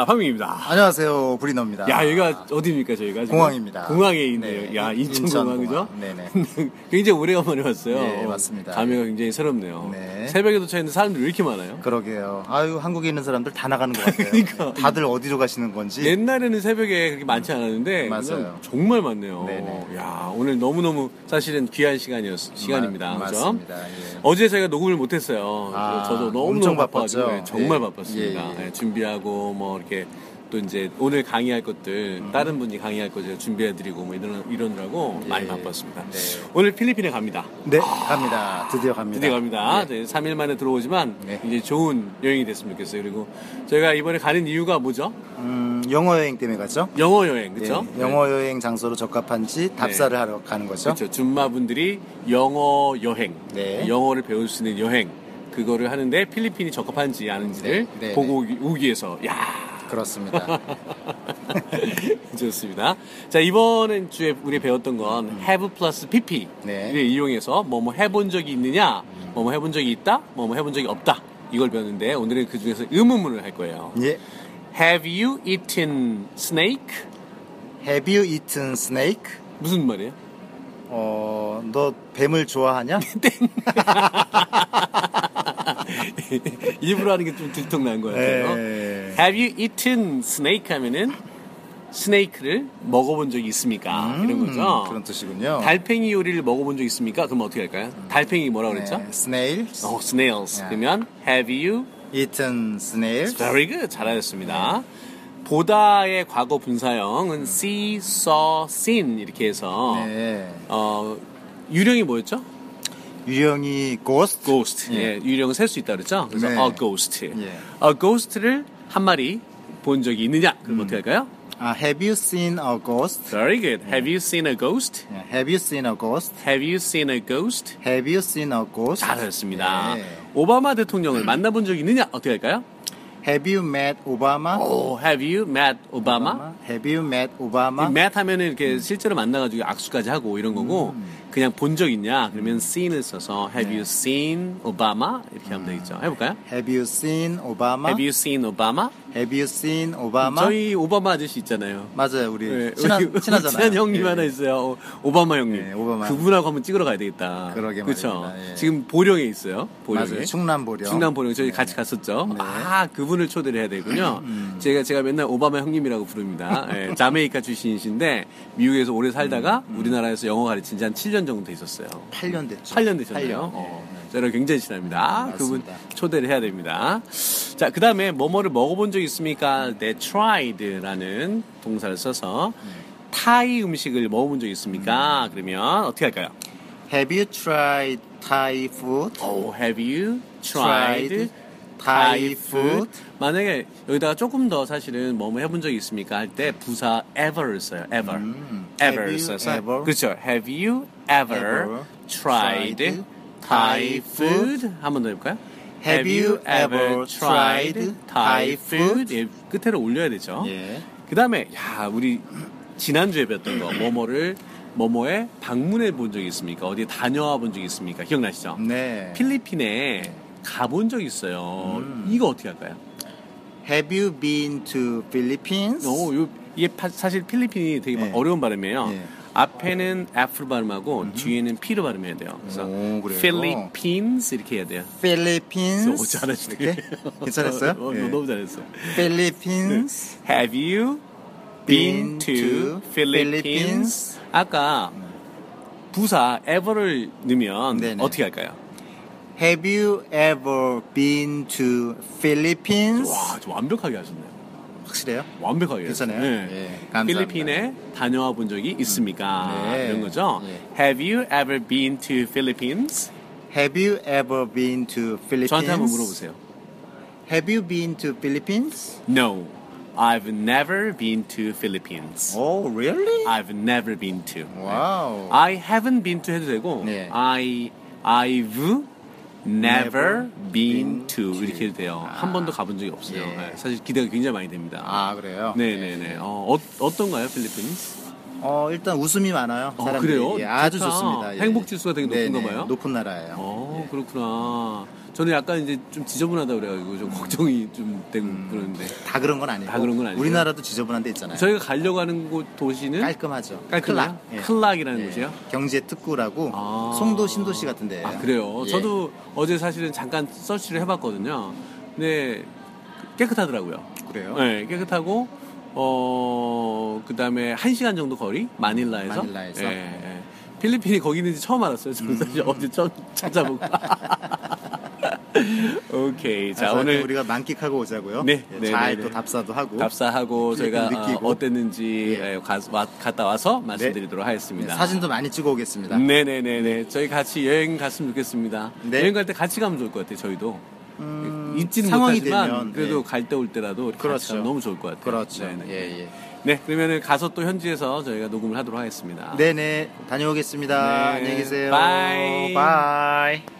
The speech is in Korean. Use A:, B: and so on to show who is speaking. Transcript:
A: 아, 황민입니다.
B: 안녕하세요, 브리너입니다.
A: 야, 여기가 어디입니까, 저희가? 지금?
B: 아. 공항입니다.
A: 공항에 있네요.
B: 네,
A: 야,
B: 인천공항.
A: 인천공항이죠?
B: 네네.
A: 굉장히 오래간만에 왔어요.
B: 네, 맞습니다.
A: 감회가 굉장히 새롭네요.
B: 네.
A: 새벽에 도착했는데 사람들이 왜 이렇게 많아요?
B: 그러게요. 아유, 한국에 있는 사람들 다 나가는 것 같아요.
A: 그러니까.
B: 다들 어디로 가시는 건지.
A: 예. 네. 옛날에는 새벽에 그렇게 많지 않았는데
B: 맞아요.
A: 요즘 정말 많네요.
B: 네네.
A: 야 오늘 너무 너무 사실은 귀한 시간이었 시간입니다.
B: 마-
A: 그죠?
B: 맞습니다. 예.
A: 어제 저희가 녹음을 못했어요.
B: 아,
A: 저도 너무 너무
B: 엄청
A: 바빠가지고
B: 바빴죠?
A: 네, 정말
B: 예.
A: 바빴습니다.
B: 예, 예.
A: 네, 준비하고 뭐 이렇게 또 이제 오늘 강의할 것들
B: 음.
A: 다른 분이 강의할 거 제가 준비해드리고 뭐 이런 이러느라고 많이 바빴습니다.
B: 예. 네.
A: 오늘 필리핀에 갑니다.
B: 네, 갑니다. 드디어 갑니다.
A: 아, 드디어 갑니다. 네, 3일 만에 들어오지만
B: 네.
A: 이제 좋은 여행이 됐으면 좋겠어요. 그리고 저희가 이번에 가는 이유가 뭐죠?
B: 음, 영어 여행 때문에 갔죠?
A: 영어 여행, 그렇죠?
B: 예, 영어 여행 장소로 적합한지 답사를 하러 가는 거죠?
A: 네. 그렇죠. 줌마분들이 영어 여행,
B: 네.
A: 영어를 배울 수 있는 여행 그거를 하는데 필리핀이 적합한지 아닌지를
B: 네, 네,
A: 보고 오기- 오기 위해서 야
B: 렇습니다
A: 좋습니다. 자 이번 주에 우리 배웠던 건 have plus pp를
B: 음. 네.
A: 이용해서 뭐뭐 해본 적이 있느냐, 뭐뭐 해본 적이 있다, 뭐뭐 해본 적이 없다 이걸 배웠는데 오늘은 그 중에서 의문문을 할 거예요.
B: 예.
A: Have you eaten snake?
B: Have you eaten snake?
A: 무슨 말이에요?
B: 어, 너 뱀을 좋아하냐?
A: 일부러 하는 게 좀 들통난 것 같아요.
B: 네.
A: Have you eaten snake 하면은 스네이크를 먹어본 적이 있습니까? 이런 거죠.
B: 음, 그런 뜻이군요.
A: 달팽이 요리를 먹어본 적 있습니까? 그럼 어떻게 할까요? 달팽이 뭐라 그랬죠?
B: 네, snails.
A: 어, snails.
B: 네.
A: 그러면 have you
B: Eaten snails. 네.
A: very good 잘하셨습니다. 보다의 과거 분사형은 see, saw, seen 이렇게 해서
B: 음. 네.
A: 어, 유령이 뭐였죠?
B: 유형이 ghost.
A: ghost. 예, 유령은 셀 수 있다 그랬죠? 그래서
B: 네.
A: a ghost.
B: 예.
A: a ghost를 한 마리 본 적이 있느냐? 그럼 어떻게 할까요?
B: 아, have you seen a ghost?
A: Very good. Have you seen a ghost?
B: 예, Have you seen a ghost?
A: Have you seen a ghost?
B: Have you seen a ghost?
A: 잘하셨습니다.
B: 예.
A: 오바마 대통령을 만나본 적이 있느냐? 어떻게 할까요?
B: Have you met Obama?
A: 오, have you met Obama?
B: Have you met Obama?
A: 이 met 하면은 이렇게
B: 음.
A: 실제로 만나가지고 악수까지 하고 이런 거고 그냥 본 적 있냐?
B: 음.
A: 그러면 seen을 써서 have you
B: 네.
A: seen Obama? 이렇게
B: 음.
A: 하면 되겠죠. 해볼까요?
B: Have you seen Obama?
A: Have you seen Obama?
B: Have you seen Obama?
A: 저희 오바마 아저씨 있잖아요.
B: 맞아요, 우리
A: 네,
B: 친한
A: 우리
B: 친하잖아요.
A: 친한 형님
B: 예.
A: 하나 있어요. 오- 오바마 형님.
B: 네, 오바마.
A: 그분하고 한번 찍으러 가야 되겠다.
B: 그러게
A: 그쵸?
B: 말입니다. 예.
A: 지금 보령에 있어요. 보령에.
B: 맞아요, 충남 보령. 네.
A: 충남 보령 저희 같이 갔었죠. 아 그분을 초대를 해야 되군요.
B: 음.
A: 제가 제가 맨날 오바마 형님이라고 부릅니다. 예, 자메이카 출신이신데 미국에서 오래 살다가
B: 음.
A: 우리나라에서 영어 가르친 지 한 7년 정도 있었어요.
B: 8년 됐죠.
A: 8년 되셨네요.
B: 팔년.
A: 어, 저랑 굉장히 친합니다.
B: 음,
A: 그분
B: 맞습니다.
A: 초대를 해야 됩니다. 자, 그 다음에 뭐뭐를 먹어본 적 있습니까? 네, tried라는 동사를 써서
B: 음.
A: 타이 음식을 먹어본 적 있습니까? 그러면 어떻게 할까요?
B: Have you tried Thai food?
A: Oh, have you tried Thai
B: Thai
A: food?
B: food?
A: 만약에 여기다가 조금 더 사실은 뭐뭐 해본 적이 있습니까? 할 때 부사 ever를 써요. ever.
B: 음, Have
A: ever
B: you
A: 써서.
B: ever?
A: 그렇죠. have you ever
B: Ever
A: tried
B: tried
A: Thai
B: Thai
A: food? 한 번 더 해볼까요?
B: Have you ever tried Thai food?
A: 예, 끝에를 올려야 되죠.
B: 예.
A: 그 다음에, 야, 우리 지난주에 배웠던 거, 뭐뭐를, 뭐뭐에 방문해 본 적이 있습니까? 어디 다녀와 본 적이 있습니까? 기억나시죠?
B: 네.
A: 필리핀에 가본 적 있어요. 이거 어떻게 할까요?
B: Have you been to Philippines?
A: 오, 요, 이게 파- 사실 필리핀이 되게 막
B: 예.
A: 어려운 발음이에요.
B: 예.
A: 앞에는 F로 네. 발음하고 뒤에는 P로 발음해야 돼요. 그래서
B: 오, 그래요?
A: 필리핀스 이렇게 해야 돼요.
B: Philippines.
A: 오, 잘하시네.
B: 이렇게? 괜찮았어요?
A: 어,
B: 예.
A: 너무 잘했어.
B: Philippines.
A: Have you been to Philippines? 네.
B: Philippines?
A: 아까 부사 ever를 넣으면
B: 네네.
A: 어떻게 할까요?
B: Have you ever been to Philippines?
A: 와, 저 완벽하게 하셨네요.
B: 확실해요?
A: 완벽하게
B: 괜찮아요?
A: 했어요. 네.
B: 예, 감사합니다.
A: 필리핀에 다녀와 본 적이 있습니까?
B: 네.
A: 이런 거죠.
B: 예.
A: Have you ever been to Philippines?
B: Have you ever been to Philippines?
A: 저한테 한번 물어보세요.
B: Have you been to Philippines?
A: No, I've never been to Philippines.
B: Oh, really?
A: I've never been to.
B: 와우.
A: I haven't been to 해도 되고
B: 네.
A: I I've never
B: Never
A: been to
B: to.
A: 이렇게 해도 돼요. 한 번도 가본 적이 없어요.
B: 예.
A: 네, 사실 기대가 굉장히 많이 됩니다.
B: 아, 그래요?
A: 네네네. 어, 어, 어떤가요, 필리핀스?
B: 어, 일단 웃음이 많아요.
A: 어,
B: 사람들이.
A: 그래요?
B: 예, 아주
A: 좋다.
B: 좋습니다.
A: 행복 지수가 되게 높은가
B: 네네,
A: 봐요?
B: 높은 나라예요.
A: 어, 그렇구나. 저는 약간 이제 좀 지저분하다 그래가지고 좀 걱정이 좀 되고
B: 음.
A: 그러는데
B: 다 그런 건 아니고
A: 다 그런 건 아니죠.
B: 우리나라도 지저분한 데 있잖아요.
A: 저희가 가려고 하는 곳 도시는
B: 깔끔하죠.
A: 깔끔해요?
B: 클락. 예.
A: 클락이라는
B: 예.
A: 곳이요?
B: 경제 특구라고
A: 아.
B: 송도 신도시 같은 데예요.
A: 아 그래요.
B: 예.
A: 저도 어제 사실은 잠깐 서치를 해봤거든요. 근데 깨끗하더라고요.
B: 그래요.
A: 네, 깨끗하고 어 그다음에 한 시간 정도 거리 마닐라에서.
B: 마닐라에서?
A: 예, 예. 필리핀이 거기 있는지 처음 알았어요. 저는 사실 어제 처음 찾아보고. 오케이. 자
B: 그래서
A: 오늘
B: 우리가 만끽하고 오자고요.
A: 네,
B: 예,
A: 네,
B: 잘
A: 네,
B: 또
A: 네.
B: 답사도 하고
A: 답사하고
B: 필리핀
A: 저희가
B: 느끼고. 예.
A: 어, 땠는지 갔다 와서 말씀드리도록
B: 네,
A: 하겠습니다.
B: 사진도 많이 찍어 오겠습니다.
A: 음. 네네네네. 저희 같이 여행 갔으면 좋겠습니다.
B: 네.
A: 여행 갈 때 같이 가면 좋을 것 같아요, 저희도.
B: 음,
A: 있지는
B: 상황이
A: 못하지만
B: 되면,
A: 그래도
B: 네.
A: 갈 때 올 때라도 이렇게 같이
B: 그렇죠.
A: 가면 너무 좋을 것 같아요.
B: 그렇죠.
A: 네네.
B: 예, 예.
A: 네, 그러면은 가서 또 현지에서 저희가
B: 네,
A: 녹음을 하도록 하겠습니다.
B: 네네 다녀오겠습니다.
A: 네.
B: 안녕히 계세요.
A: 바이.
B: 바이.